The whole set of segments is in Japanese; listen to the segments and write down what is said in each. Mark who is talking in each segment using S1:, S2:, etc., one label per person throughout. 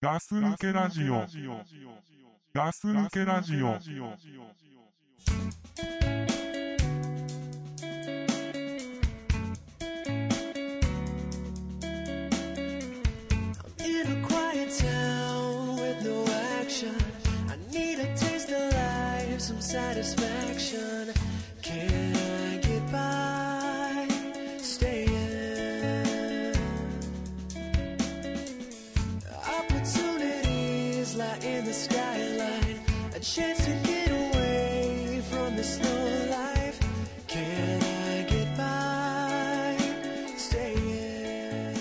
S1: ガス抜けラジオ。ガス抜けラジオ。
S2: In a quiet town with no action, I need a taste of life, some satisfaction. Can I get by staying? Opportunities lie in the skyline, a chance to get away from this slow life. Can I get by staying?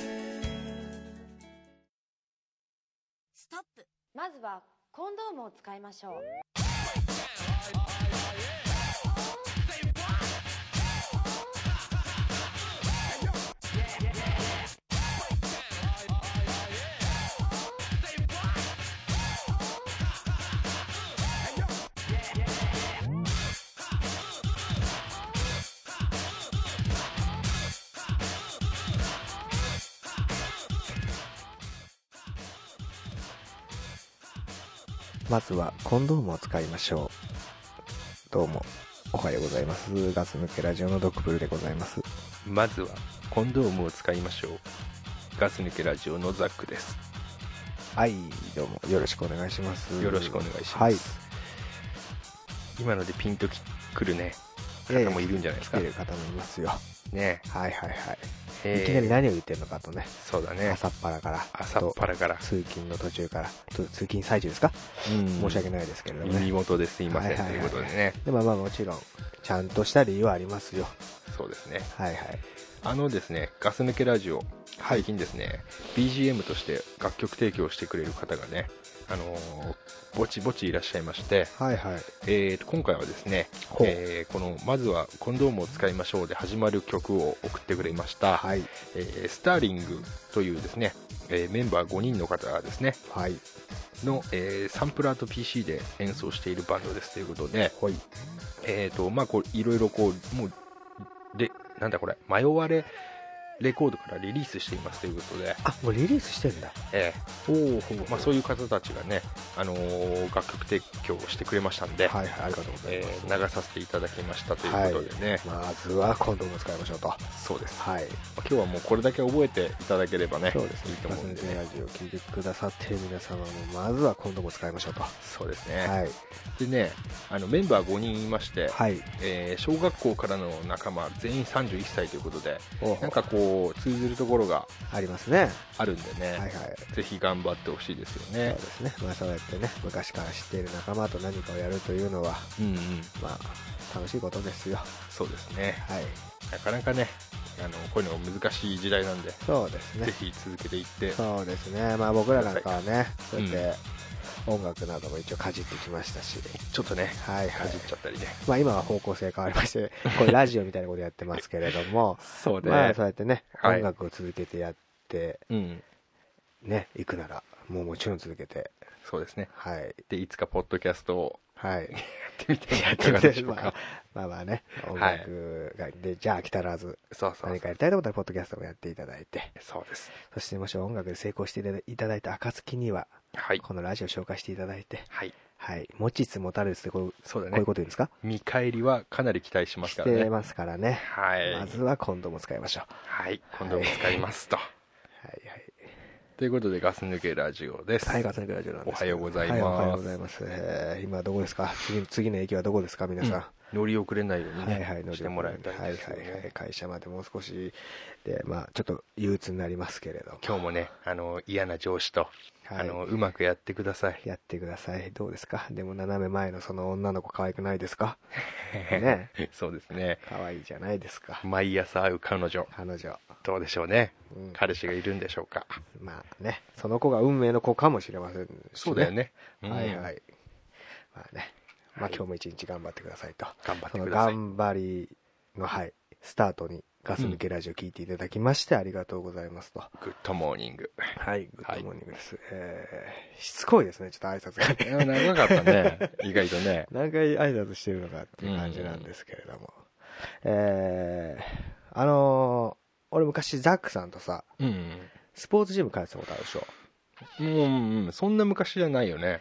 S3: ストップ
S4: まずはコンドームを使いましょう
S5: まずはコンドームを使いましょう。どうも、おはようございます。ガス抜けラジオのドクブルでございます。
S6: まずはコンドームを使いましょうガス抜けラジオのザックです
S5: はい、どうも、よろしくお願いします。
S6: よろしくお願いします
S5: はい。
S6: 今のでピンときくるね
S5: え
S6: 方もいるんじゃないですか
S5: 来てる方もいますよ。
S6: ね
S5: はいはいはい。
S6: え
S5: いきなり何を言ってるのかとね、
S6: そうだね
S5: 朝っぱらから、
S6: 朝っぱらから
S5: あと通勤の途中から、と通勤最中ですか、申し訳ないですけれども
S6: 耳
S5: ね。
S6: 元ですいません、
S5: はいはいはい
S6: ということでね
S5: でもまあもちろん、ちゃんとした理由はありますよ。
S6: そうですね
S5: はいはい。
S6: あのですねガス抜けラジオ最近ですね、BGM として楽曲提供してくれる方がねあのーぼちぼちいらっしゃいまして、
S5: はいはい。
S6: えーと今回はですね、
S5: ほう
S6: えーこの「まずはコンドームを使いましょう」で始まる曲を送ってくれました、
S5: はい。
S6: えースターリングというですね、えーメンバー5人の方ですね
S5: はい。
S6: の、えーサンプラーと PC で演奏しているバンドですということで、
S5: ほい。
S6: えーとまあ、こういろいろこうもうでなんだこれ迷われレコードからリリースしていますということで、
S5: あ、もうリリースしてんだ。
S6: え
S5: お
S6: ーまあ、そういう方たちがね、あのー楽曲提供をしてくれましたんで、
S5: はいはい、ありがとうござい
S6: え
S5: ます。
S6: ー流させていただきましたということでね、
S5: まずはコンドームを使いましょうと。
S6: そうです、まあ
S5: はい。
S6: 今日はもうこれだけ覚えていただければね
S5: そうです
S6: い
S5: ね
S6: い。と
S5: ガ
S6: 思
S5: ス
S6: うん
S5: 抜
S6: で
S5: け
S6: ね
S5: ラジオを聞いてくださってる皆様も、まずはコンドームを使いましょうと。は
S6: そうですね、
S5: い。
S6: でねあのメンバー5人いまして、
S5: はい。
S6: えー小学校からの仲間全員31歳ということで
S5: おう
S6: なんかこう通ずるところが
S5: ありますね。
S6: あるんでね、
S5: はいはい。
S6: ぜひ頑張ってほしいですよ
S5: そう
S6: ね
S5: で、すね。まあそうやってね、昔から知っている仲間と何かをやるというのは、
S6: うんうん、
S5: まあ、楽しいことですよ。
S6: そうですね
S5: はい。
S6: なかなかねあのこういうの難しい時代なんで、
S5: そうですね
S6: ぜ。ひ続けていって
S5: そうですね。まあ僕らなんかはね、そうやって、音楽なども一応かじってきましたし。
S6: ちょっとね
S5: はいは
S6: か
S5: い
S6: じっ。ちゃったりね、
S5: まあ今は方向性変わりま して、これラジオみたいなことやってますけれども、
S6: そう
S5: まあそうやってね、
S6: はい
S5: 音楽を続けてやって、
S6: うん
S5: ね、いくなら、もうもちろん続けて、
S6: そうですね
S5: はい、
S6: でいつかポッドキャストを
S5: はい。
S6: やってみて
S5: や
S6: い
S5: っ
S6: か
S5: て
S6: が
S5: み
S6: で
S5: て
S6: しょう
S5: ま
S6: か、
S5: あ、まあまあね、音楽が、で、じゃあ飽きたらず、
S6: そうそう
S5: 何かやりたいと思ったら、ポッドキャストもやっていただいて、
S6: そうです
S5: そしてもし音楽で成功していただいただいた暁には、
S6: はい
S5: このラジオ紹介していただいて、
S6: はい
S5: はい、持ちつ持たれつってこう、
S6: そうだ
S5: こういう
S6: ね
S5: こと言うんですか
S6: 見返りはかなり期待します
S5: し
S6: からね
S5: てますからね。
S6: はい、
S5: まずは今度も使いましょう。
S6: はい、今度も使いますと。
S5: はいはい。
S6: ということで、ガス抜けラジオです。
S5: はい、ガツンクラジオなんですけど
S6: おはようございます
S5: はおはようございます。えー今どこですか次次の駅はどこですか皆さ。
S6: 乗り遅れないようんに
S5: は
S6: ね、
S5: いはい、
S6: してもらいたいですよ
S5: は
S6: ね、
S5: いはいはい。会社までもう少しで、まあちょっと憂鬱になりますけれども。
S6: 今日もね、あの、嫌な上司と、
S5: はい
S6: あの、うまくやってください。
S5: やってください。どうですかでも斜め前のその女の子可愛くないです かね。
S6: そうですね。
S5: 可愛いじゃないですか。
S6: 毎朝会う彼女、
S5: 彼女。
S6: どうでしょうね。
S5: うん
S6: 彼氏がいるんでしょうか。
S5: まあね、その子が運命の子かもしれませんしね
S6: そうだよ。ね。うん
S5: はいはい。まあね、まあ
S6: はい
S5: 今日も一日頑張ってくださいと。
S6: 頑張
S5: そ
S6: って
S5: の
S6: ください。
S5: 頑張りの、はい、スタートにガス抜けラジオ聞いていただきましてありがとうございますと。
S6: グッドモーニング。
S5: はい、グッ
S6: は
S5: ド
S6: い
S5: モーニングです。えー、しつこいですね、ちょっと挨拶が
S6: い
S5: ね。
S6: や長かったね。意外とね。
S5: 何回挨拶してるのかっていう感じなんですけれども。えー、あのー、俺昔ザックさんとさ、
S6: うん。
S5: スポーツジム通ってたことあるでしょ。
S6: うんうんそんな昔じゃないよね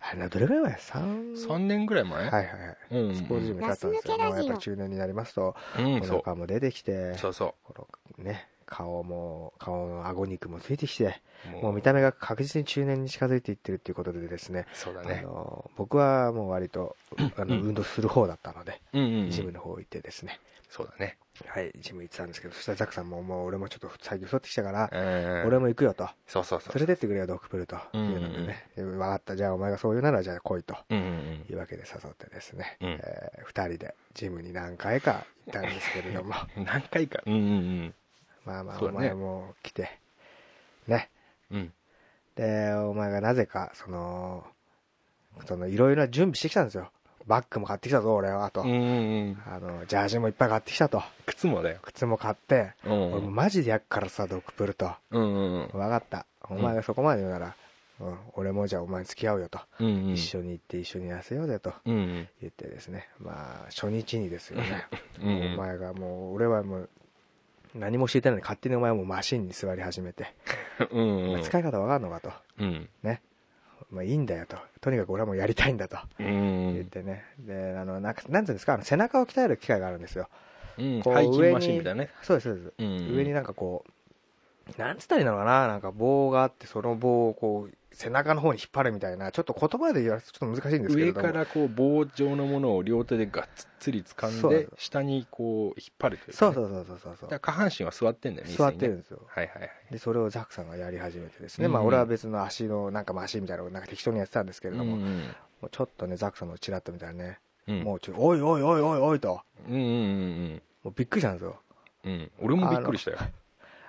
S5: あれな、どれぐらい前 ?3?
S6: 3年ぐらい前、
S5: はいはいはい。
S6: うんうん
S5: スポーツジムだったんです
S4: ガス抜
S5: よ。
S4: けラジオ
S5: もうやっぱり中年になりますと、
S6: うん
S5: お
S6: そう
S5: 腹も出てきて、
S6: そうそ
S5: このね、顔も、顔の顎肉もついてきて、
S6: う
S5: もう見た目が確実に中年に近づいていってるっていうことでですね、
S6: そうだ
S5: あ
S6: ね
S5: の僕はもう割と、あの運動する方だったので、
S6: うんうんうん
S5: ジムの方行ってですね、
S6: そうだね
S5: はい、ジム行ってたんですけど、そしたらザクさんも、もう俺もちょっと最近太ってきたから、
S6: うん
S5: 俺も行くよと、
S6: そうそうそう
S5: 連れてってくれよ、ドクプルと、
S6: うん
S5: いうのでね、分かった、じゃあお前がそう言うなら、じゃあ来いと。
S6: うんうん
S5: いうわけで誘ってですね、
S6: うん
S5: え2人でジムに何回か行ったんですけれ ども
S6: うん何回かうんうん
S5: まあまあ
S6: そう
S5: お
S6: だね
S5: 前も来てね
S6: うんうん
S5: でお前がなぜかそのそのいろいろな準備してきたんですよバッグも買ってきたぞ俺はと、
S6: うんうんうん
S5: あのジャージもいっぱい買ってきたと
S6: 靴もだよ
S5: 靴も買って、
S6: うんう
S5: 俺も
S6: ん
S5: マジでやっからさドクプルと
S6: うんうん
S5: 分かったお前がそこまで言うなら、うん俺もじゃあお前に付き合うよと、
S6: うん
S5: 一緒に行って一緒に痩せようぜと
S6: うんうん
S5: 言ってですねまあ初日にですよね
S6: うんうん
S5: もうお前がもう俺はもう何も知りたいのに勝手にお前はもうマシンに座り始めて、
S6: うん
S5: お
S6: うん
S5: 前使い方わかんのかと
S6: うん
S5: ねまあいいんだよととにかく俺はもうやりたいんだと
S6: う
S5: 言っ
S6: ん
S5: てね、であのなんかなんていうんですかあの背中を鍛える機械があるんですよ
S6: うん
S5: こう
S6: 背筋マシンみたいなね
S5: そうですそうです、
S6: うん
S5: 上になんかこうなんつったらいいのかななんか棒があってその棒をこう背中の方に引っ張るみたいなちょっと言葉で言わすとちょっと難しいんですけれ
S6: 上
S5: ども
S6: からこう棒状のものを両手でがっつり掴ん
S5: そう
S6: で
S5: そう
S6: 下にこう引っ張るというか
S5: そう
S6: ね
S5: そうそうそうそうそう
S6: だから下半身は座ってんだよね
S5: 座ってるん
S6: 椅子にね
S5: ですよ
S6: はいはいはい
S5: でそれをザクさんがやり始めてですね、
S6: うん
S5: まあ、俺は別の足のなんかマシンみたいなのをなんか適当にやってたんですけれども、も
S6: ん
S5: うちょっとねザクさんのチラッと見たらね、
S6: うん
S5: もうちょおいおいおいおいおいと
S6: うんうんうん
S5: もうびっくりしたんですよ
S6: うんうん俺もびっくりしたよ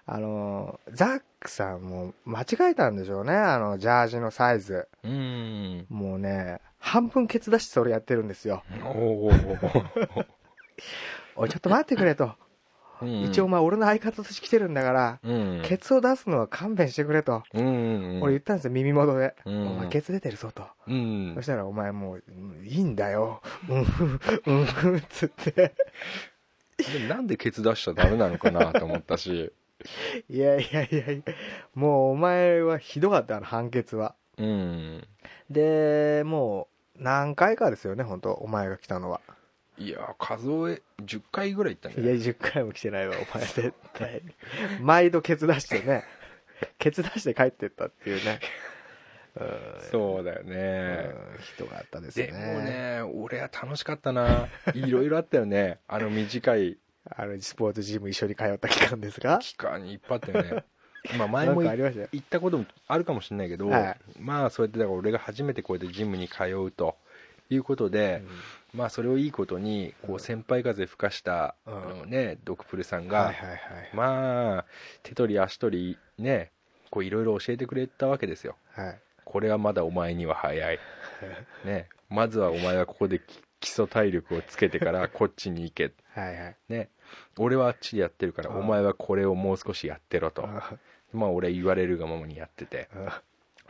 S5: あのーザクさんも間違えたんでしょうねあのジャージのサイズ
S6: うん
S5: もうね半分ケツ出してそれやってるんですよ
S6: おー
S5: おいちょっと待ってくれと、
S6: うん
S5: 一応お前俺の相方として来てるんだから、
S6: うん
S5: ケツを出すのは勘弁してくれと、
S6: うんうん
S5: 俺言ったんですよ耳元で、
S6: うん
S5: お前ケツ出てるぞと、
S6: うん
S5: そしたらお前もう、うんいいんだよ。うんふん、うんふん、っつって。
S6: でもなんでケツ出しちゃダメなのかなと思ったし
S5: いやいやいやいや、もうお前はひどかった、あの判決は。
S6: うん
S5: で、もう何回かですよね、本当お前が来たのは。
S6: いや数え10回ぐらい行ったん
S5: い
S6: だ
S5: や、
S6: よ
S5: 10回も来てないわ、お前絶対。毎度ケツ出してね、ケツ出して帰ってったっていうね。
S6: そうだよ
S5: う
S6: ね
S5: ん、ひどかったです
S6: で
S5: ね。
S6: もね俺は楽しかっ たないろいろあったよねあの短い
S5: あの、スポーツジム一緒に通った期間ですが、
S6: 期間にいっぱいあったよねまあ前も
S5: なんか
S6: 言
S5: あ
S6: っ
S5: りましたよ。
S6: 行ったこともあるかもしれないけど、
S5: はい
S6: まあそうやってだから俺が初めてこうやってジムに通うということで、まあそれをいいことにこう先輩風吹かした、
S5: うん
S6: あのねドクプルさん
S5: うん
S6: が、
S5: はいはいはい。
S6: まあ手取り足取りねこういろいろ教えてくれたわけですよ
S5: はい。
S6: これはまだお前には 早い、ね、まずはお前はここでき基礎体力をつけ てからこっちに行け、
S5: はいはい。
S6: ね、俺はあっちでやってるから
S5: うん
S6: お前はこれをもう少しやってろと、
S5: あ
S6: まあ俺は言われるがままにやってて
S5: あ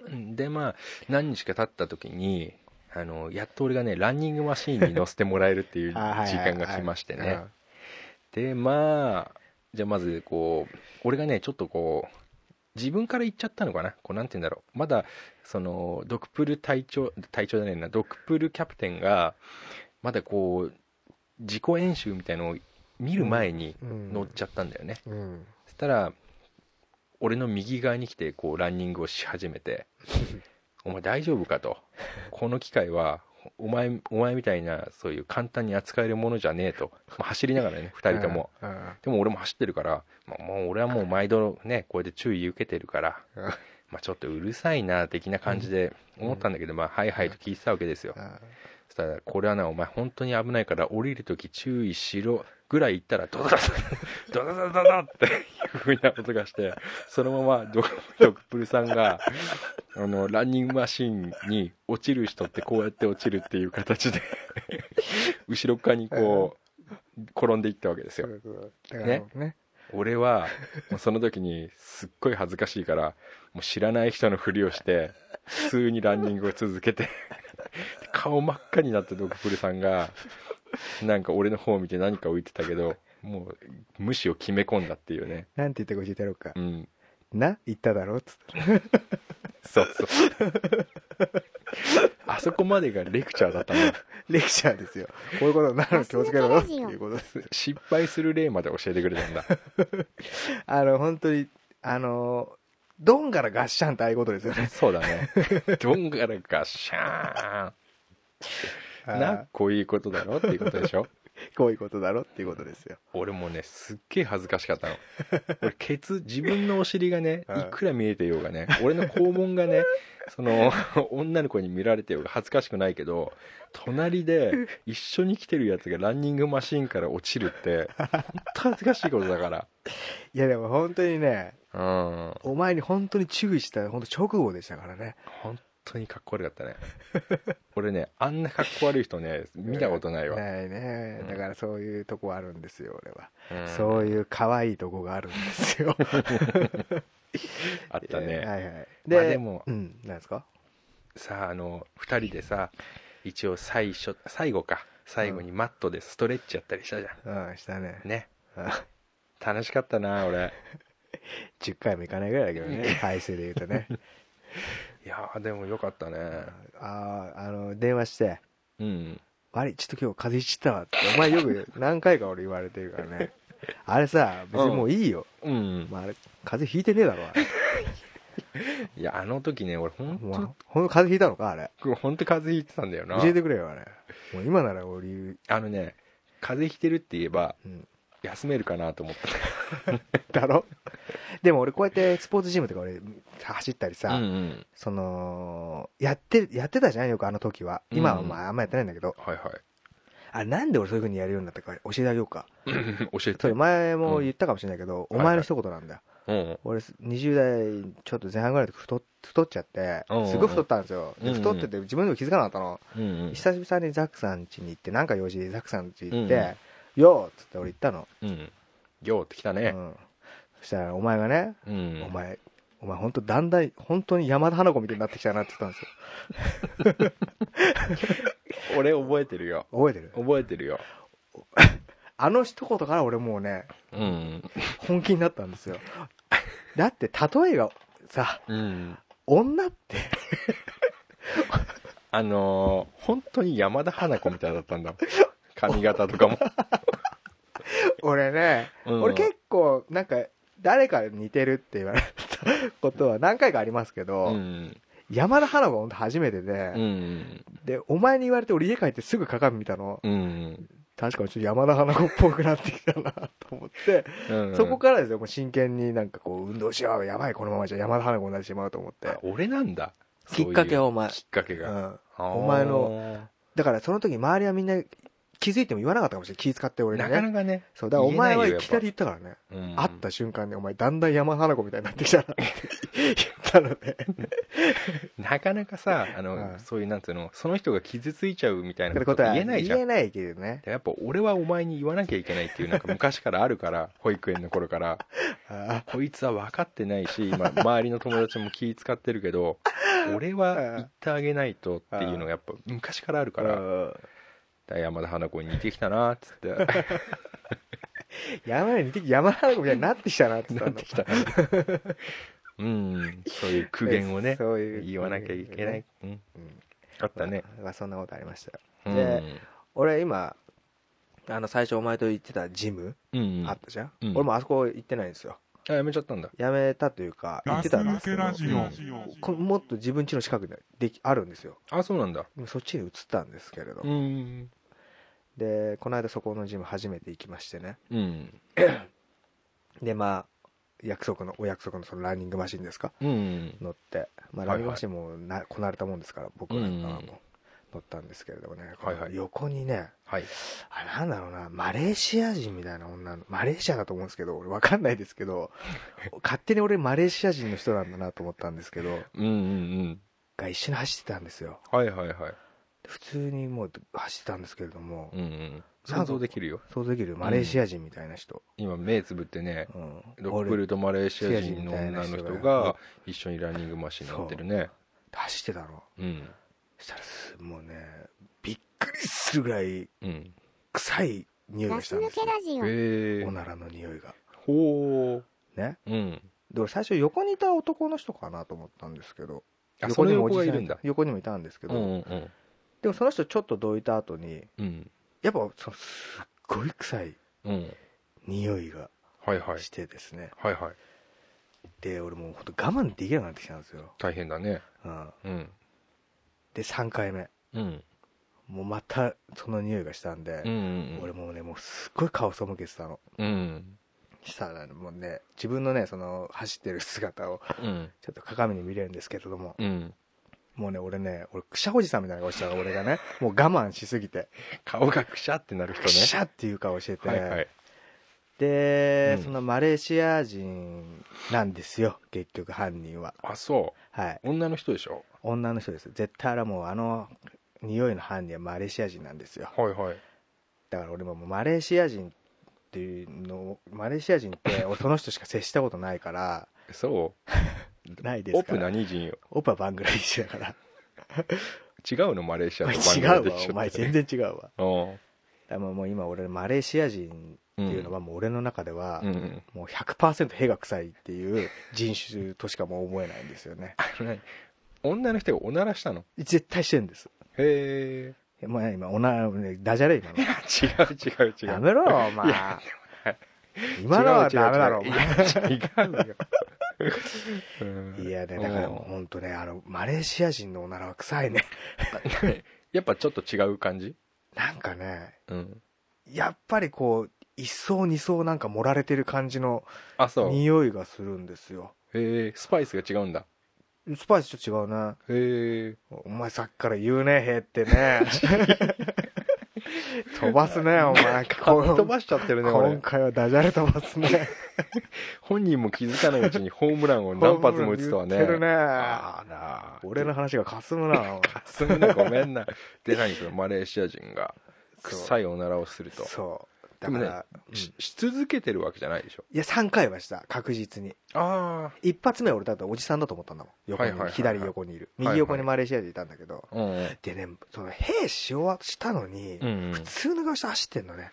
S6: でまあ何日か経った時にあのやっと俺がねランニングマシーンに乗せてもらえるっていう 時
S5: あはいはいはい
S6: 間が来ましてね、
S5: うん
S6: でまあじゃあまずこう俺がねちょっとこう自分から言っちゃったのかなこうなんて言うんだろうまだそのドクプル隊長隊長じゃないなドクプルキャプテンがまだこう自己演習みたいのを見る前に
S5: うん
S6: 乗っちゃったんだよね、
S5: うん。
S6: そしたら俺の右側に来てこうランニングをし始め て「お前大丈夫か?」と「この機械はお前お前みたいなそういう簡単に扱えるものじゃねえと」まあ走りながらね2人とも
S5: うん。うん
S6: でも俺も走ってるから、まあ、もう俺はもう毎度ねこうやって注意受けてるから
S5: うん
S6: まあちょっとうるさいな的な感じで思ったんだけどまあはいはいと聞いてたわけですよ
S5: うん
S6: そしたら「これはなお前本当に危ないから降りる時注意しろ」ぐらい言ったらドドドドドドドドっていうふうな音がしてそのままドクドクプルさんがあのランニングマシンに落ちる人ってこうやって落ちるっていう 形で後ろ側にこう転んでいったわけですよ
S5: だからね。
S6: 俺はもうその時にすっごい恥ずかしいからもう知らない人のふりをして普通にランニングを続けて顔真っ赤になってドクプルさんがなんか俺の方を見て何か浮いてたけどもう無視を決め込んだっていうね
S5: なんて言って教えてやろうか
S6: う。ん
S5: な言っただろっつって。
S6: そうそうあそこまでがレクチャーだったの
S5: レクチャーですよ。こういうことになるの気をつけろよっていうことです。
S6: 失敗する例まで教えてくれたんだ
S5: あの、本当に、あの、ドンからガッシャンってああいうことですよね。
S6: そうだねどんがらがシャーンな
S5: な
S6: こういうことだろっていうことでしょ
S5: こういうことだろっていうことですよ。
S6: 俺もねすっげえ恥ずかし かったの俺ケツ自分のお尻がね
S5: うん
S6: いくら見えてようがね俺の肛門 がねその女の子に見られてようが恥ずかしくないけど隣で一緒に来てるやつがランニングマシーンから落ちるって本当恥ずかしいことだか
S5: いやでも本当にね、
S6: らうん
S5: お前に本当に注意した本当直後でしたからね。
S6: 本当にかっこ悪かったね俺ねあんなかっこ悪い人ね見たことないわ、
S5: ない ね
S6: う。ん
S5: だからそういうとこあるんですよ、俺は。
S6: うん
S5: そういう可愛いとこがあるんです よ。
S6: あったね、
S5: え ーはいはい。
S6: まあでも
S5: うん、なんですか
S6: さああの2人でさ一応最初最後か最後にマットでストレッチやったりしたじゃん、
S5: うん、したね。
S6: ね
S5: うん
S6: 楽しかったな俺
S5: 10回もいかないぐらいだけどね、回数で言うとね。
S6: いやーでもよかったね
S5: ああ、あの、電話して、
S6: うん
S5: 悪い、ちょっと今日風邪ひいちゃったわって、お前よく何回か俺言われてるから ね。あれさ、別にもういいよ。
S6: うん、
S5: まあ、あれ、風邪ひいてねえだろ、あれ。
S6: いやあの時ね俺ほん
S5: お前ほんと風邪ひいたのか、あれ。
S6: とほんと風邪ひいてたんだよな
S5: 教えてくれよ、あれ。もう今なら俺言う、
S6: あのね風邪ひいてるって言えば
S5: うん。
S6: 休めるかなと思って
S5: だろでも俺こうやってスポーツジムとか俺走ったりさ、
S6: たうんうん
S5: そのやってやってたじゃんよくあの時は今はまああんまやってないんだけど、
S6: はいは
S5: あれなんで俺そういう風にやるようになったか教えてあげようか
S6: い教え
S5: そ
S6: て
S5: れ前も言ったかもしれないけど、
S6: うん
S5: お前の一言なんだよ、
S6: うん
S5: 俺20代ちょっと前半ぐらいで太っ太っちゃって
S6: うんうんうん
S5: すごい太ったんですよ
S6: うん
S5: で
S6: うん
S5: 太ってて自分でも気づかなかったの
S6: うんうん
S5: 久々にザックさん家に行ってなんか用事でザックさん家行っ
S6: うん
S5: て「よ」っつって俺行ったの、
S6: うんようってきた
S5: う
S6: ね
S5: ん、そしたらお前がね
S6: うん、
S5: 「お前お前本当だんだん本当に山田花子みたいになってきたな」って言ったんですよ
S6: 俺覚えてるよ
S5: 覚えてる
S6: 覚えてるよ
S5: あの一言から俺もうね
S6: うん
S5: 本気になったんですよだって例えがさ
S6: うん
S5: 女って
S6: あのー本当に山田花子みたいだったんだもん髪型とかも、
S5: 俺ね、
S6: うん
S5: 俺結構なんか誰かに似てるって言われたことは何回かありますけど、
S6: うん
S5: 山田花子が本当初めてで、
S6: うん
S5: でお前に言われて俺家帰ってすぐ鏡見たの
S6: うん
S5: 確かにちょっと山田花子っぽくなってきたなと思って、
S6: うん
S5: そこからですよもう真剣になんかこう運動しようやばいこのままじゃ山田花子になってしまうと思って
S6: あ俺なんだ
S5: きっかけはお前
S6: そういうきっかけ
S5: う
S6: が、
S5: ん、
S6: あー
S5: お前のだからその時周りはみんな気づいても言わなかったかもしれない気使って俺に
S6: なか
S5: ね
S6: なかね、
S5: そうだからお前はい
S6: 言えないよ
S5: きなり言ったからね
S6: うん
S5: 会った瞬間にお前だんだん山花子みたいになってきたなって 言ったので
S6: なかなかさあの、
S5: うん
S6: そういうなんていうのその人が傷ついちゃうみたい
S5: って
S6: な
S5: こ
S6: ことと
S5: は
S6: 言えないじゃん
S5: 言えないけどね
S6: でやっぱ俺はお前に言わなきゃいけないっていうなんか昔からあるから保育園の頃から
S5: あ
S6: こいつは分かってないし今周りの友達も気使ってるけ ど俺は言ってあげないとっていうのがやっぱ昔からある
S5: あ
S6: から
S5: うん
S6: だ山田花子に似てきたなっつって
S5: 山に似てき山花子みたいになってきたなって言った
S6: なっ
S5: の
S6: てきた うんそういう苦言をね
S5: そういう
S6: 言わなきゃいけない、うん
S5: うん
S6: あったね、
S5: まあそんなことありましたよ
S6: うん、
S5: で俺今あの最初お前と行ってたジム
S6: うん
S5: あったじゃん
S6: うん
S5: 俺もあそこ行ってないんですよ
S6: あやめちゃったんだ
S5: やめたというか行っ
S1: ガ
S5: て
S1: ス
S5: たんで
S1: 抜
S5: す
S1: け
S5: けど
S1: ラジ
S6: う
S1: オ
S6: ん。
S5: こもっと自分家の近くにできあるんですよ
S6: あそうなんだ
S5: でもそっちに移ったんですけれど
S6: うん
S5: でこの間そこのジム初めて行きましてね
S6: うん
S5: でまあ約束のお約束のそのランニングマシンですか
S6: うん
S5: 乗って、まあ、
S6: はいはい
S5: ランニングマシンもな、こなれたもんですから僕なんかはもう
S6: うん
S5: 乗ったんですけれどもね、
S6: はいはい
S5: 横にね
S6: はい
S5: あれなんだろうなマレーシア人みたいな女のマレーシアだと思うんですけど俺わかんないですけ ど勝手に俺マレーシア人の人なんだなと思ったんですけど
S6: うんうんうん
S5: が一緒に走ってたんですよ
S6: はいはいはい
S5: 普通にもう走ってたんですけれども、
S6: うんうん想像できるよ
S5: 想像できるマレーシア人みたいな人、
S6: 今目つぶってね
S5: うん
S6: ドップルとマレーシア人の女の人が一緒にランニングマシン乗ってるね
S5: 走ってたの
S6: うん
S5: そしたらすもうねびっくりするぐらい
S6: うん
S5: 臭い匂いがしたんですよ
S6: へえ
S5: おならの匂いが
S6: ほ
S5: ね
S6: ううん
S5: で俺最初横にいた男の人かなと思ったんですけど
S6: あ
S5: 横にも
S6: その横が
S5: おじさん
S6: いるんだ
S5: 横にもいたんですけ
S6: う
S5: ど、
S6: んうんうん
S5: でもその人ちょっとどいた後に
S6: うん
S5: やっぱそのすっごい臭い
S6: うん
S5: 匂いが
S6: はいはい
S5: してですね、
S6: はいはい
S5: で俺もうほんと我慢できなくなってきたんですよ、
S6: 大変だね
S5: うん、
S6: うん
S5: で3回目
S6: うん
S5: もうまたその匂いがしたんで
S6: うんう、ん
S5: 俺もうねもうすっごい顔背けてたの
S6: うん
S5: したらねもうね自分のねその走ってる姿を
S6: うん
S5: ちょっと鏡に見れるんですけれども、
S6: うん
S5: もうね俺ね俺くしゃおじさんみたいな顔してたの俺がねもう我慢しすぎて
S6: 顔がくしゃってなる人
S5: くし
S6: ね
S5: ゃっていう顔してて、
S6: はいはい
S5: で、
S6: うん
S5: そのマレーシア人なんですよ結局犯人は
S6: あそ
S5: はい、
S6: う女の人でしょ
S5: 女の人です絶対あれはもうあの匂いの犯人はマレーシア人なんですよ
S6: はいはい
S5: だから俺ももうマレーシア人っていうのをマレーシア人って俺その人しか接したことないから
S6: そ
S5: ないで
S6: うオ
S5: す
S6: プ
S5: から
S6: 何人よ
S5: オプはバングラデシュだから
S6: 違うのマレーシ
S5: お
S6: ア
S5: 前
S6: と
S5: 違
S6: バング
S5: う
S6: ラ
S5: わ
S6: デシュって
S5: お前全然違うわだか
S6: うん
S5: らもうもう今俺マレーシア人っていうのはもう俺の中では
S6: うんうん
S5: もう100%屁が臭いっていう人種としかもう思えないんですよね
S6: あのね女の人がおならしたの
S5: 絶対してるんです
S6: へえ
S5: もう今おなねダジャレ今の
S6: 違う違う違う
S5: やめろよお
S6: い
S5: 前
S6: や
S5: 今のはダメだろお
S6: 違う
S5: 前
S6: 違う違う違う違うようん
S5: いやね、だから
S6: うん
S5: 本当ね、あの、マレーシア人のおならは臭いね。
S6: やっぱちょっと違う感じ
S5: なんかね、
S6: うん
S5: やっぱりこう、一層二層なんか盛られてる感じの
S6: あそうへ
S5: 匂いがするんですよ。
S6: えスパイスが違うんだ
S5: スパイスと違うな。
S6: へえ
S5: お前さっきから言うね、へって ね。飛ばすね、お前。こ
S6: 飛ばしちゃってるね
S5: 今
S6: 俺
S5: 回はダジャレ飛ばすね。
S6: 本人も気づかないうちにホームランを 何発も打つとはね
S5: 言ってるね。
S6: あら
S5: 俺の話がかすむな、お前
S6: すんなごめんなで何そのマレーシア人が
S5: そう
S6: 臭いおならをすると
S5: そう。だから、うん
S6: しし続けてるわけじゃないでしょ
S5: いや、3回はした、確実に。
S6: あ
S5: 一発目俺だっておじさんだと思ったんだもん横に、
S6: はいはいはいはい
S5: 左横にいる
S6: はい
S5: 右横にマレーシア人いたんだけど、
S6: あうん
S5: でねその兵しようとしたのに、
S6: うん
S5: 普通の顔して走ってんのね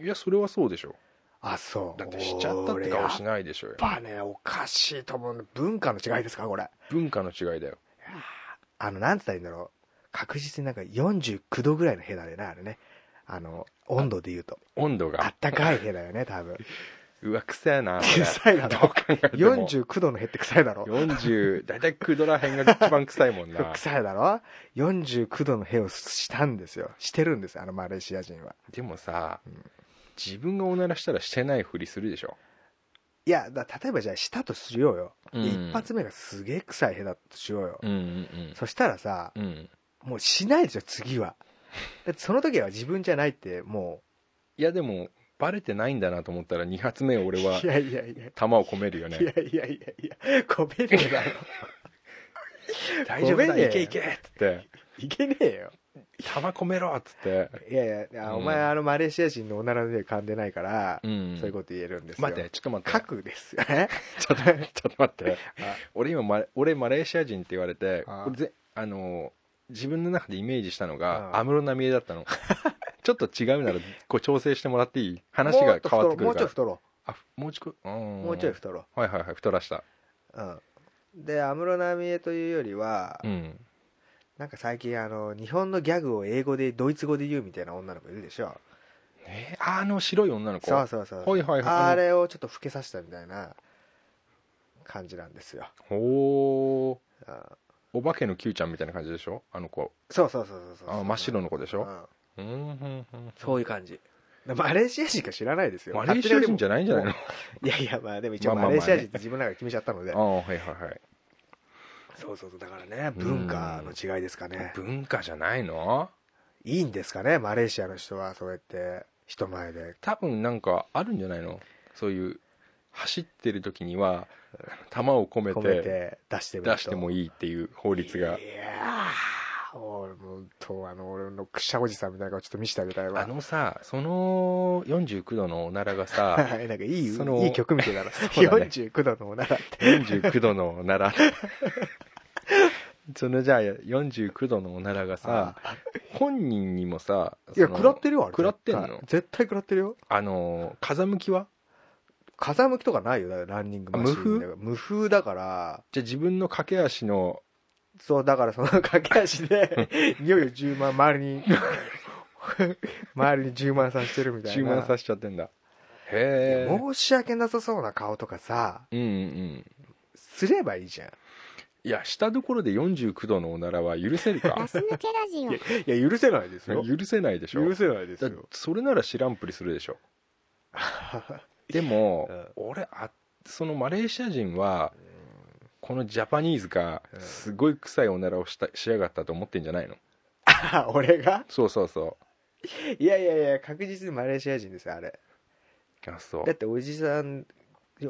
S6: いやそれはそうでしょ
S5: あそう
S6: だってしちゃったって顔し
S5: な
S6: ないでしょうよ
S5: やっぱねおかしいと思うね文化の違いですかこれ
S6: 文化の違いだよ
S5: あのなんて言ったらいいんだろう確実になんか49度ぐらいの兵だねなあれねあの温度で言うと
S6: 温度
S5: あ
S6: が
S5: ったかい兵だよね 多分
S6: うわ臭いなこれ
S5: 臭いだ
S6: どう
S5: ろ
S6: 考えても
S5: 49度の兵って臭いだろ
S6: 40大体クドラ辺が一番臭いもん な
S5: 臭いだろ49度の兵をしたんですよしてるんですよあのマレーシア人は
S6: でもさ自分がおならしたらしてないふりするでしょ
S5: いやだ例えばじゃあしたとしようよ、で
S6: うん
S5: 一発目がすげえ臭い屁だとしようよ、
S6: うんうん
S5: そしたらさ
S6: うんうん
S5: もうしないでしょ次はだってその時は自分じゃないっても
S6: いやでもバレてないんだなと思ったら2発目
S5: う
S6: 俺はい
S5: やいやいや
S6: 弾を込めるよね
S5: いやいやいやいやごめんねだろ
S6: 大丈夫
S5: ご
S6: だ
S5: めんね
S6: いけいけっつって
S5: いけねえよ
S6: 弾込めろっつって
S5: いやいやあ
S6: うん
S5: お前あのマレーシア人のおならの匂い噛んでないから、
S6: うん
S5: そういうこと言えるんですよ
S6: 待ってちょっと待って
S5: 核ですよね
S6: ちょっと待ってちょっと待って
S5: あ
S6: 俺今マレ俺マレーシア人って言われて
S5: ああ
S6: 俺ぜあのー自分の中でイメージしたのが
S5: ああ
S6: 安室奈美恵だった のちょっと違うならこう調整してもらっていい話が変わってく
S5: も
S6: る
S5: う
S6: か
S5: ちょい
S6: ら
S5: 太ろ
S6: あもうちょい
S5: うんもうちょい太ろ
S6: はいはいはい太らした
S5: ううんで安室奈美恵というよりは、
S6: うん
S5: なんか最近あの日本のギャグを英語でドイツ語で言うみたいな女の子いるでしょ
S6: えーあの白い女の子
S5: そうそうそう
S6: はいはいはい
S5: あれをちょっと老けさせたみたいな感じなんですよ
S6: おー
S5: うん
S6: お化けの Q ちゃんみたいな感じでしょあの子
S5: そうそうそうそうそう
S6: あ真っ白の子でし
S5: う
S6: ょ
S5: ん
S6: うんうんうん
S5: そういう感じマレーシア人か知らないですよ
S6: マレーシア人じゃないんじゃないの
S5: 勝手に俺もいやいやまあでも一応
S6: まあ
S5: マ
S6: まあ
S5: レーシア人って自分の中で決めちゃったので
S6: ああはいはいはい
S5: そうそうそうだからね文化の違いですかね
S6: 文化じゃないの
S5: いいんですかねマレーシアの人はそうやって人前で
S6: 多分なんかあるんじゃないのそういう走ってる時には弾を込め
S5: 込め
S6: て
S5: て出してみると
S6: 出してもいいっていう法律が
S5: いやー俺もうとあの俺のくしゃおじさんみたいな顔ちょっと見せてあげたいわ
S6: あのさその49度のおならがさ
S5: はいなんかいい
S6: その
S5: いい曲みたいだな
S6: そうだね
S5: 49度のおならって
S6: 49度のお ならそのじゃあ49度のおならがさ本人にもさ
S5: いや
S6: その
S5: 食らってるよあれ
S6: 食らってん
S5: 絶
S6: の
S5: 対絶対食らってるよ
S6: あの風向きは
S5: 風向きとかないよだからランニングマシンで無風だから
S6: じゃあ自分の駆け足の
S5: そうだからその駆け足 でいよいよ10万周りに 周りに10万さしてるみたい
S6: 注
S5: な
S6: 文させちゃってんだへえ
S5: 申し訳なさそうな顔とかさ
S6: うんうん
S5: すればいいじゃん
S6: いや下どころで49度のおならは 許せるか
S3: ガス抜けラジオ。
S5: いや許せないですよ
S6: 許せないでしょ
S5: 許せないです
S6: だ
S5: よ
S6: それなら知らんぷりするでしょでも、
S5: うん
S6: 俺あそのマレーシア人はこのジャパニーズが
S5: うん
S6: すごい臭いおならをしたしやがったと思ってんじゃないの
S5: 俺が
S6: そうそうそ
S5: いやいやいや確実にマレーシア人ですよあれ
S6: うあそう
S5: だっておじさん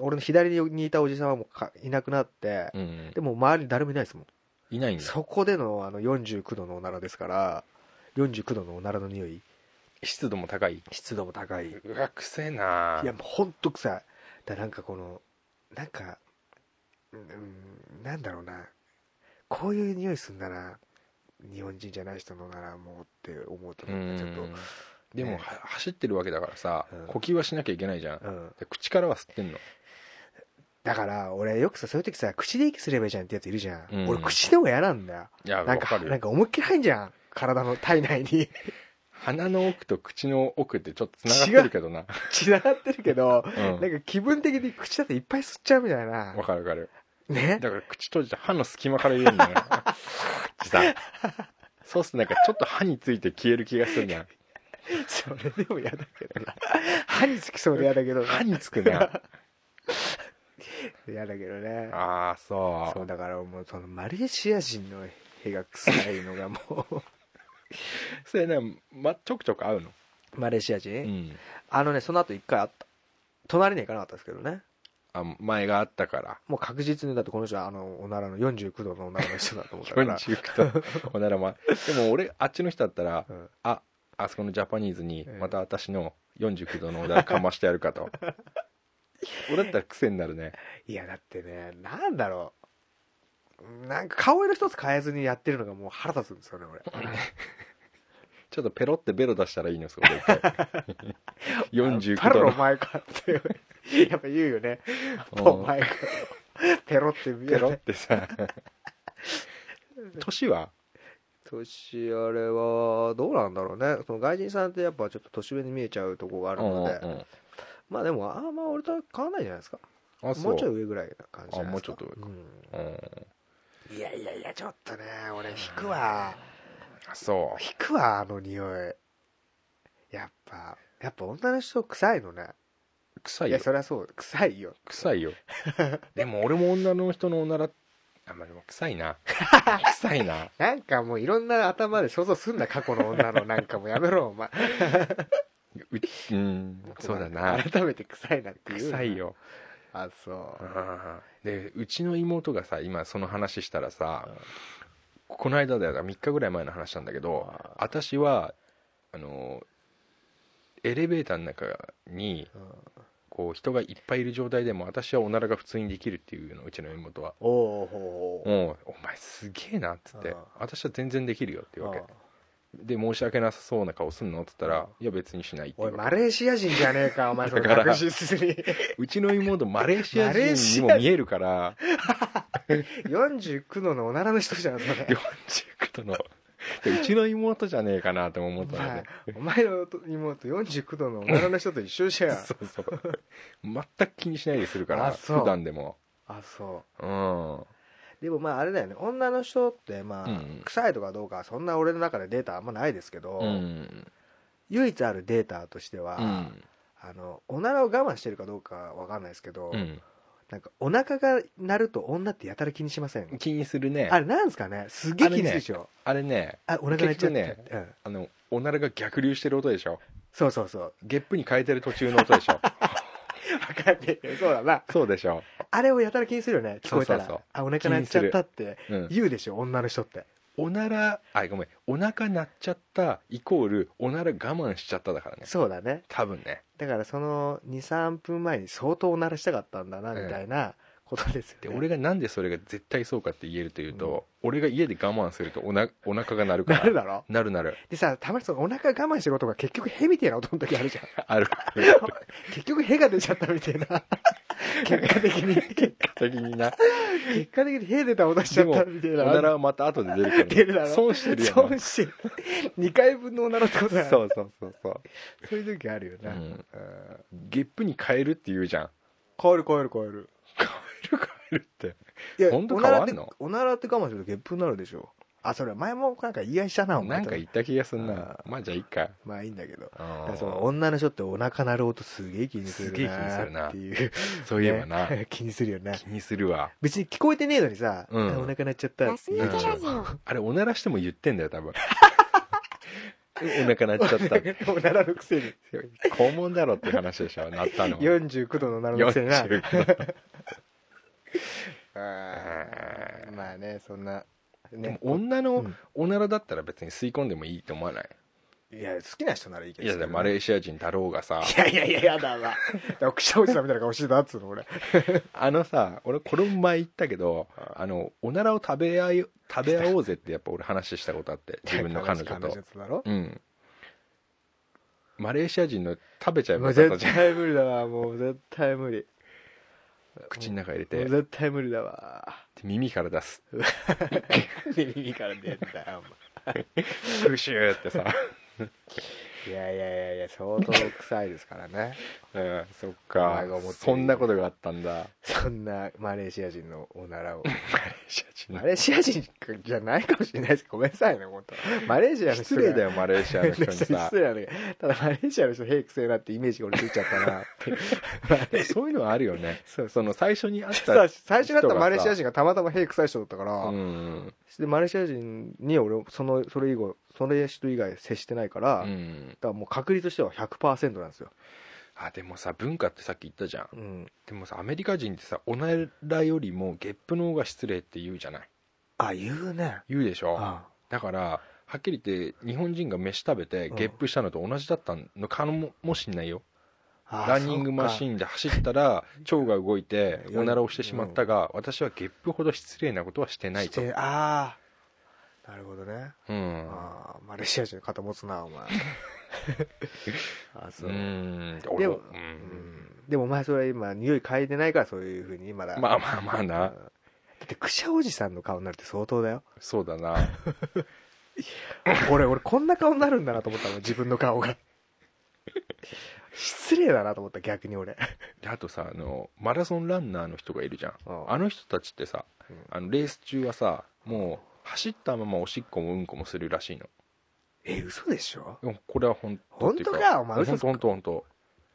S5: 俺の左にいたおじさんはもうかいなくなって、
S6: うん
S5: でも周りに誰もいないですもん、
S6: いないんだ
S5: そこでのあの49度のおならですから49度のおならの匂い
S6: 湿度も高い
S5: 湿度も高いう
S6: わくせえない
S5: やもうほんと臭いだからなんかこのなんかうんなんだろうなこういう匂いすんだな日本人じゃない人のならもうって思うと
S6: う
S5: なん
S6: ん
S5: かちょっと
S6: でも、
S5: ね
S6: は走ってるわけだからさ、
S5: うん
S6: 呼吸はしなきゃいけないじゃん、
S5: うん
S6: で口からは吸ってんの
S5: だから俺よくさそういう時さ口で息すればいいじゃんってやついるじゃん、
S6: うん
S5: 俺口の方が嫌なんだよ
S6: いや
S5: な
S6: わ
S5: ん
S6: か
S5: か
S6: る
S5: なん
S6: よ
S5: か思いっきり入んじゃん体の体内 に
S6: 鼻の奥と口の奥ってちょっとつながってるけどな
S5: 血が上がってるけど、
S6: うん
S5: なんか気分的に口だっていっぱい吸っちゃうみたいな
S6: わかるわかる
S5: ね
S6: だから口閉じて歯の隙間から入れる んだよ口さそうするとなんかちょっと歯について消える気がするな
S5: それでも嫌だけどな歯につきそうで嫌だけどな
S6: 歯につくな
S5: 嫌だけどね
S6: ああそう
S5: そうだからもうそのマレーシア人の屁が臭いのがもう
S6: それね、ま、ちょくちょく合うの
S5: マレーシア人、
S6: うん
S5: あのねその後一回あった隣には行かなかったですけどね
S6: あ前があったから
S5: もう確実にだってこの人はあのおならの49度のおならの人だと思ったか
S6: 今
S5: ら
S6: 日に行くとおならまでも俺あっちの人だったら
S5: うん
S6: ああそこのジャパニーズに
S5: ええ
S6: また私の49度のおならかましてやる かと俺だったら癖になるね
S5: いやだってねなんだろうなんか顔色一つ変えずにやってるのがもう腹立つんですよね俺
S6: ちょっとペロってベロ出したらいいのそこで一回
S5: パ
S6: 49
S5: ロ
S6: 度
S5: の
S6: の
S5: 前かってやっぱ言う よね
S6: うん
S5: お前かペロって見
S6: ペ
S5: え
S6: ロっ
S5: る
S6: てさ年は
S5: 年あれはどうなんだろうねその外人さんってやっぱちょっと年上に見えちゃうとこがあるので、
S6: うんうん
S5: まあでもあんま俺と変わんないんじゃないですか
S6: あそう
S5: もうちょい上ぐらいな感じじゃないですか
S6: あもうちょっと
S5: う
S6: うん
S5: んいやいやいやちょっとね俺引くわ
S6: あそ
S5: 引くわあの匂いやっぱやっぱ女の人臭いのね
S6: う臭
S5: い
S6: いよ
S5: やそりゃそう臭いよ
S6: 臭 いよでも俺も女の人のおならあまあでも臭 いな臭いな
S5: なんかもういろんな頭で想像すんな過去の女のなんかもうやめろお前
S6: ううんそうだな
S5: 改めて臭いなっていう
S6: 臭いよ
S5: あそう
S6: でうちの妹がさ今その話したらさ、この間だよ3日ぐらい前の話なんだけど、私はあのエレベーターの中に、
S5: ん
S6: こう人がいっぱいいる状態でも私はおならが普通にできるっていうのうちの妹は
S5: おおほ
S6: 「
S5: う
S6: おうお前すげえな」っつって
S5: うん
S6: 「私は全然できるよ」っていう
S5: ほ
S6: わ
S5: う
S6: けで「申し訳なさそうな顔すんの?」っつったら「いや別にしない」って
S5: お
S6: 言
S5: いうマ
S6: わけ
S5: レーシア人じゃねえかお前それ
S6: だから
S5: 確実に
S6: うちの妹マレーシア
S5: マレー
S6: 人
S5: シ
S6: に
S5: ア
S6: も見えるから
S5: 49度のおならの人じゃんそれ
S6: 49度のでうちの妹じゃねえかなとも思っ
S5: お
S6: たの
S5: 前
S6: で、
S5: お前の妹49度のおならの人と一緒じゃん
S6: そうそう全く気にしないでするから
S5: あそう
S6: 普段でも
S5: あそ
S6: うん
S5: うでもまああれだよね女の人ってまあ、
S6: うん
S5: 臭いとかどうかはそんな俺の中でデータあんまないですけど、
S6: うん
S5: 唯一あるデータとしては、
S6: うん
S5: あのおならを我慢してるかどうかわかんないですけど、
S6: うん
S5: なんかお腹が鳴ると女ってやたら気にしません、
S6: 気にするね
S5: あれなんですかねすげえ気にするでしょ
S6: あれね
S5: あお腹鳴っちゃって、
S6: 結局
S5: うん、
S6: あのおならが逆流してる音でしょ
S5: そうそうそう
S6: ゲップに変えてる途中の音で しょ
S5: 分かってるそうだな
S6: そうでしょ、
S5: あれをやたら気にするよね聞こえたら
S6: そうそうそう
S5: あお腹鳴っちゃったって
S6: うん、
S5: 言うでしょ女の人って
S6: おならあごめんお腹鳴っちゃったイコールおなら我慢しちゃっただからね
S5: そうだね
S6: 多分ね
S5: だからその23分前に相当おならしたかったんだなみたいなことです
S6: で
S5: よね、
S6: 俺がなんでそれが絶対そうかって言えるというと、俺が家で我慢するとおなお腹が鳴るか
S5: な
S6: ら
S5: るだろ
S6: なるなる
S5: でさたまにそのお腹我慢してることが結局へみたいな音の時あるじゃん
S6: ある
S5: 結局へが出ちゃったみたいな結果的に
S6: 的にな
S5: 結果的に屁出たお出しちゃったみたい
S6: お
S5: な
S6: ならはまた後で出る
S5: 出
S6: か
S5: るだ
S6: らね
S5: ろ
S6: 損してるよ
S5: 損
S6: な
S5: してる2回分のおならってことだ
S6: そうそうそうそう
S5: そういう時あるよな、
S6: う
S5: うんん
S6: ゲップに変えるって言うじゃん
S5: 変える変える変える
S6: 変える変えるって
S5: いや
S6: ほんと
S5: おならっ
S6: 変
S5: て
S6: わんの
S5: おならって我慢するとゲップになるでしょあそれ前もなんか言い合いしたなお前
S6: なんか言った気がすんな
S5: あ
S6: まあじゃあいいか
S5: まあいいんだけど
S6: あー
S5: その女の人ってお腹鳴る音すげえ気にす
S6: すげえ
S5: る
S6: 気にするな
S5: なっていう
S6: そういえばな
S5: 気にするよな
S6: 気にするわ
S5: 別に聞こえてねえのにさ、
S6: うん
S5: あお腹鳴っちゃった
S4: ガ
S5: って
S4: ス
S5: い
S4: 抜
S5: う
S4: けラジオ。
S6: あれおならしても言ってんだよ 多分お腹鳴っちゃったって
S5: おならのくせに
S6: 肛門だろっていう話でしょなったの
S5: 49度のおならのくせにな
S6: 49
S5: あーまあねそんな
S6: でも
S5: ね
S6: 女
S5: う
S6: の
S5: ん
S6: おならだったら別に吸い込んでもいいと思わない
S5: いや好きな人ならいいけ
S6: い
S5: ど
S6: やでもマレーシア人だろうがさ
S5: いやいやいややだ わくしゃおじさんみたいな顔してたっつうの俺
S6: あのさ俺これも前言ったけどあのおならを食べ合い食べ合おうぜってやっぱ俺話したことあ って自分の彼女
S5: 彼
S6: と
S5: 女とだろ
S6: うんマレーシア人の食べちゃえ
S5: も
S6: ば
S5: う
S6: よかっ
S5: 絶
S6: たじゃん
S5: 対無理だわもう絶対無理
S6: 口の中入れ
S5: もう
S6: て
S5: 絶対無理だわ
S6: 耳から出す
S5: で耳から出たよ
S6: クシューって さ
S5: お前 いやいやいやいや相当臭いですからね
S6: うんそっ
S5: お
S6: か
S5: 前が思ってる
S6: そんなことがあったんだ
S5: そんなマレーシア人のおなら を
S6: マレーシア人
S5: マレーシア人じゃないかもしれないですごめんなさいね本当マレーシアの人
S6: 失
S5: が
S6: 礼だよマレーシアの人に
S5: 失礼な
S6: さ
S5: んだけどただマレーシアの人平気せえなってイメージが俺ついちゃったな って
S6: そういうのはあるよね
S5: そう
S6: その最初に会っ
S5: さ
S6: た
S5: 最初だったマレーシア人がたまたま平気臭い人だったから、
S6: うん
S5: でマレーシア人に俺そのそれ以後その人以外接してないから、だ
S6: うん
S5: からもう確率としては100%なんですよ、
S6: あでもさ文化ってさっき言ったじゃん
S5: うん、
S6: でもさアメリカ人ってさおならよりもゲップの方が失礼って言うじゃない
S5: あ言うね
S6: 言うでしょ
S5: あ
S6: だからはっきり言って日本人が飯食べてゲップしたのと同じだったのかももしんないよ
S5: あ
S6: ランニングマシ
S5: ン
S6: ーンで走ったら腸が動いて
S5: うん
S6: おならをしてしまったが私はゲップほど失礼なことはしてないと、う
S5: ああなるほどね、
S6: ん、
S5: ああマレーシア人の肩持つなお 前あそうう、
S6: ん
S5: で
S6: 俺
S5: も
S6: も、う
S5: うんんでもお前それ今匂い嗅いでないからそういうふうにまだ
S6: まあまあまあ
S5: うん
S6: な
S5: だってクシャおじさんの顔になるって相当だよ
S6: そうだな
S5: 俺俺こんな顔になるんだなと思ったもん自分の顔が失礼だなと思った逆に俺
S6: であとさあのマラソンランナーの人がいるじゃん
S5: うん
S6: あの人たちってさ
S5: うん
S6: あのレース中はさもう走ったままおしっこもうんこもするらしいの
S5: え嘘でしょ
S6: でもこれは本当
S5: 本当かお前嘘
S6: 本
S5: つく
S6: 当本当本当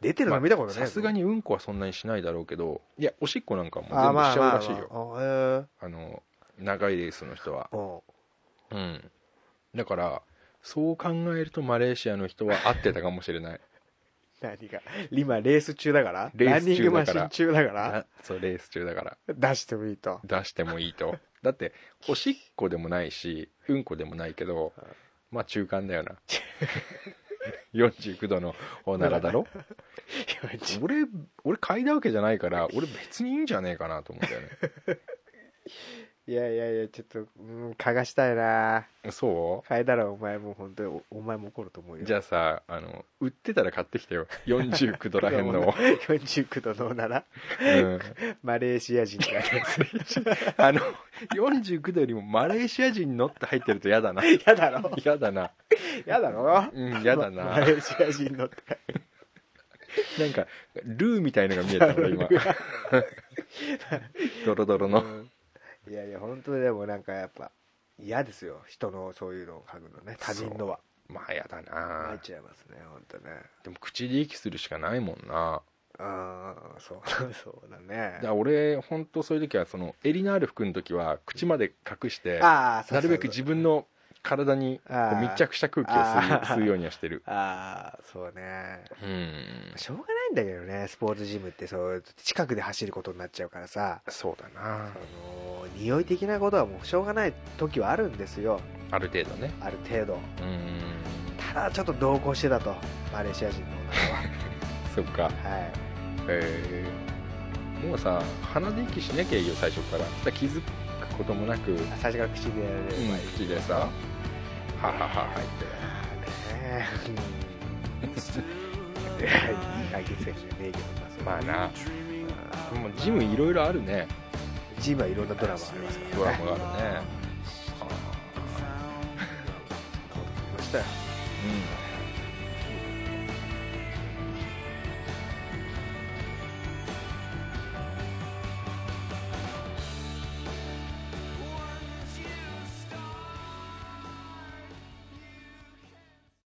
S5: 出てるの見たことない
S6: さすがにうんこはそんなにしないだろうけどいやおしっこなんかもう
S5: あ
S6: 全部
S5: ま
S6: し
S5: あ
S6: ちゃ
S5: ま
S6: う
S5: あ
S6: らしいよ、
S5: まあへ
S6: あの長いレースの人は
S5: えうん
S6: うんだからそう考えるとマレーシアの人は合ってたかもしれない
S5: 何が今レース中だから
S6: レー
S5: ラ
S6: ス
S5: ンニン
S6: 中
S5: グ
S6: だ
S5: マ
S6: から
S5: シン中だから
S6: あそうレース中だから
S5: 出してもいいと
S6: 出してもいいと だっておしっこでもないしうんこでもないけどまあ中間だよな 49度のおならだろ 俺俺嗅いだわけじゃないから俺別にいいんじゃねえかなと思うんだよね
S5: いやいやいやちょっとうん嗅がしたいな
S6: そ
S5: 嗅いだらお前もう本当におお前も怒ると思う
S6: う
S5: よ
S6: じゃあさあの売ってたら買ってきてよ49度ら へ んのを、
S5: 49度のおなら
S6: うん
S5: マレーシア人って
S6: あの49度よりもマレーシア人のって入ってると嫌だ な
S5: やだろ
S6: 嫌だな
S5: やだろ
S6: うん嫌だな
S5: マレーシア人のって
S6: なんかルーみたいのが見え た俺今ドロドロの
S5: いやいや本当にでもなんかやっぱ嫌ですよ人のそういうのを嗅ぐのね他人のは
S6: まあやだ
S5: 入
S6: な
S5: っちゃいますね本当ね
S6: でも口で息するしかないもんな
S5: ああそう そうだね
S6: だから俺本当そういう時はその襟のある服の時は口まで隠して
S5: ああそう
S6: な
S5: そ
S6: る
S5: う
S6: べく自分の体にこ
S5: あ
S6: う
S5: ー
S6: 密着した空気を
S5: あー
S6: 吸う吸うようには してる
S5: ああそうね
S6: うん
S5: しょうがないんだけどねスポーツジムってそう近くで走ることになっちゃうからさ
S6: そうだな
S5: あのー匂い的なことはもうしょうがない時はあるんですよ
S6: ある程度ね
S5: ある程度
S6: うん
S5: ただちょっと同行してたとマレーシア人の女
S6: そっか
S5: の子ははい
S6: えーもうさ鼻で息しなきゃいいよ最初からだから気づくこともなく、うん、
S5: 最初から口でやれればいい、ね
S6: 口でさははははって
S5: えうん いやいい解決策じゃねえけどなそれ
S6: まあなでもジムいろいろあるね
S5: ち今いろんなドラマがありますか
S6: ド
S5: ら
S6: ラ
S5: ね
S6: マがあるね
S5: そんなことありましたよ
S6: うん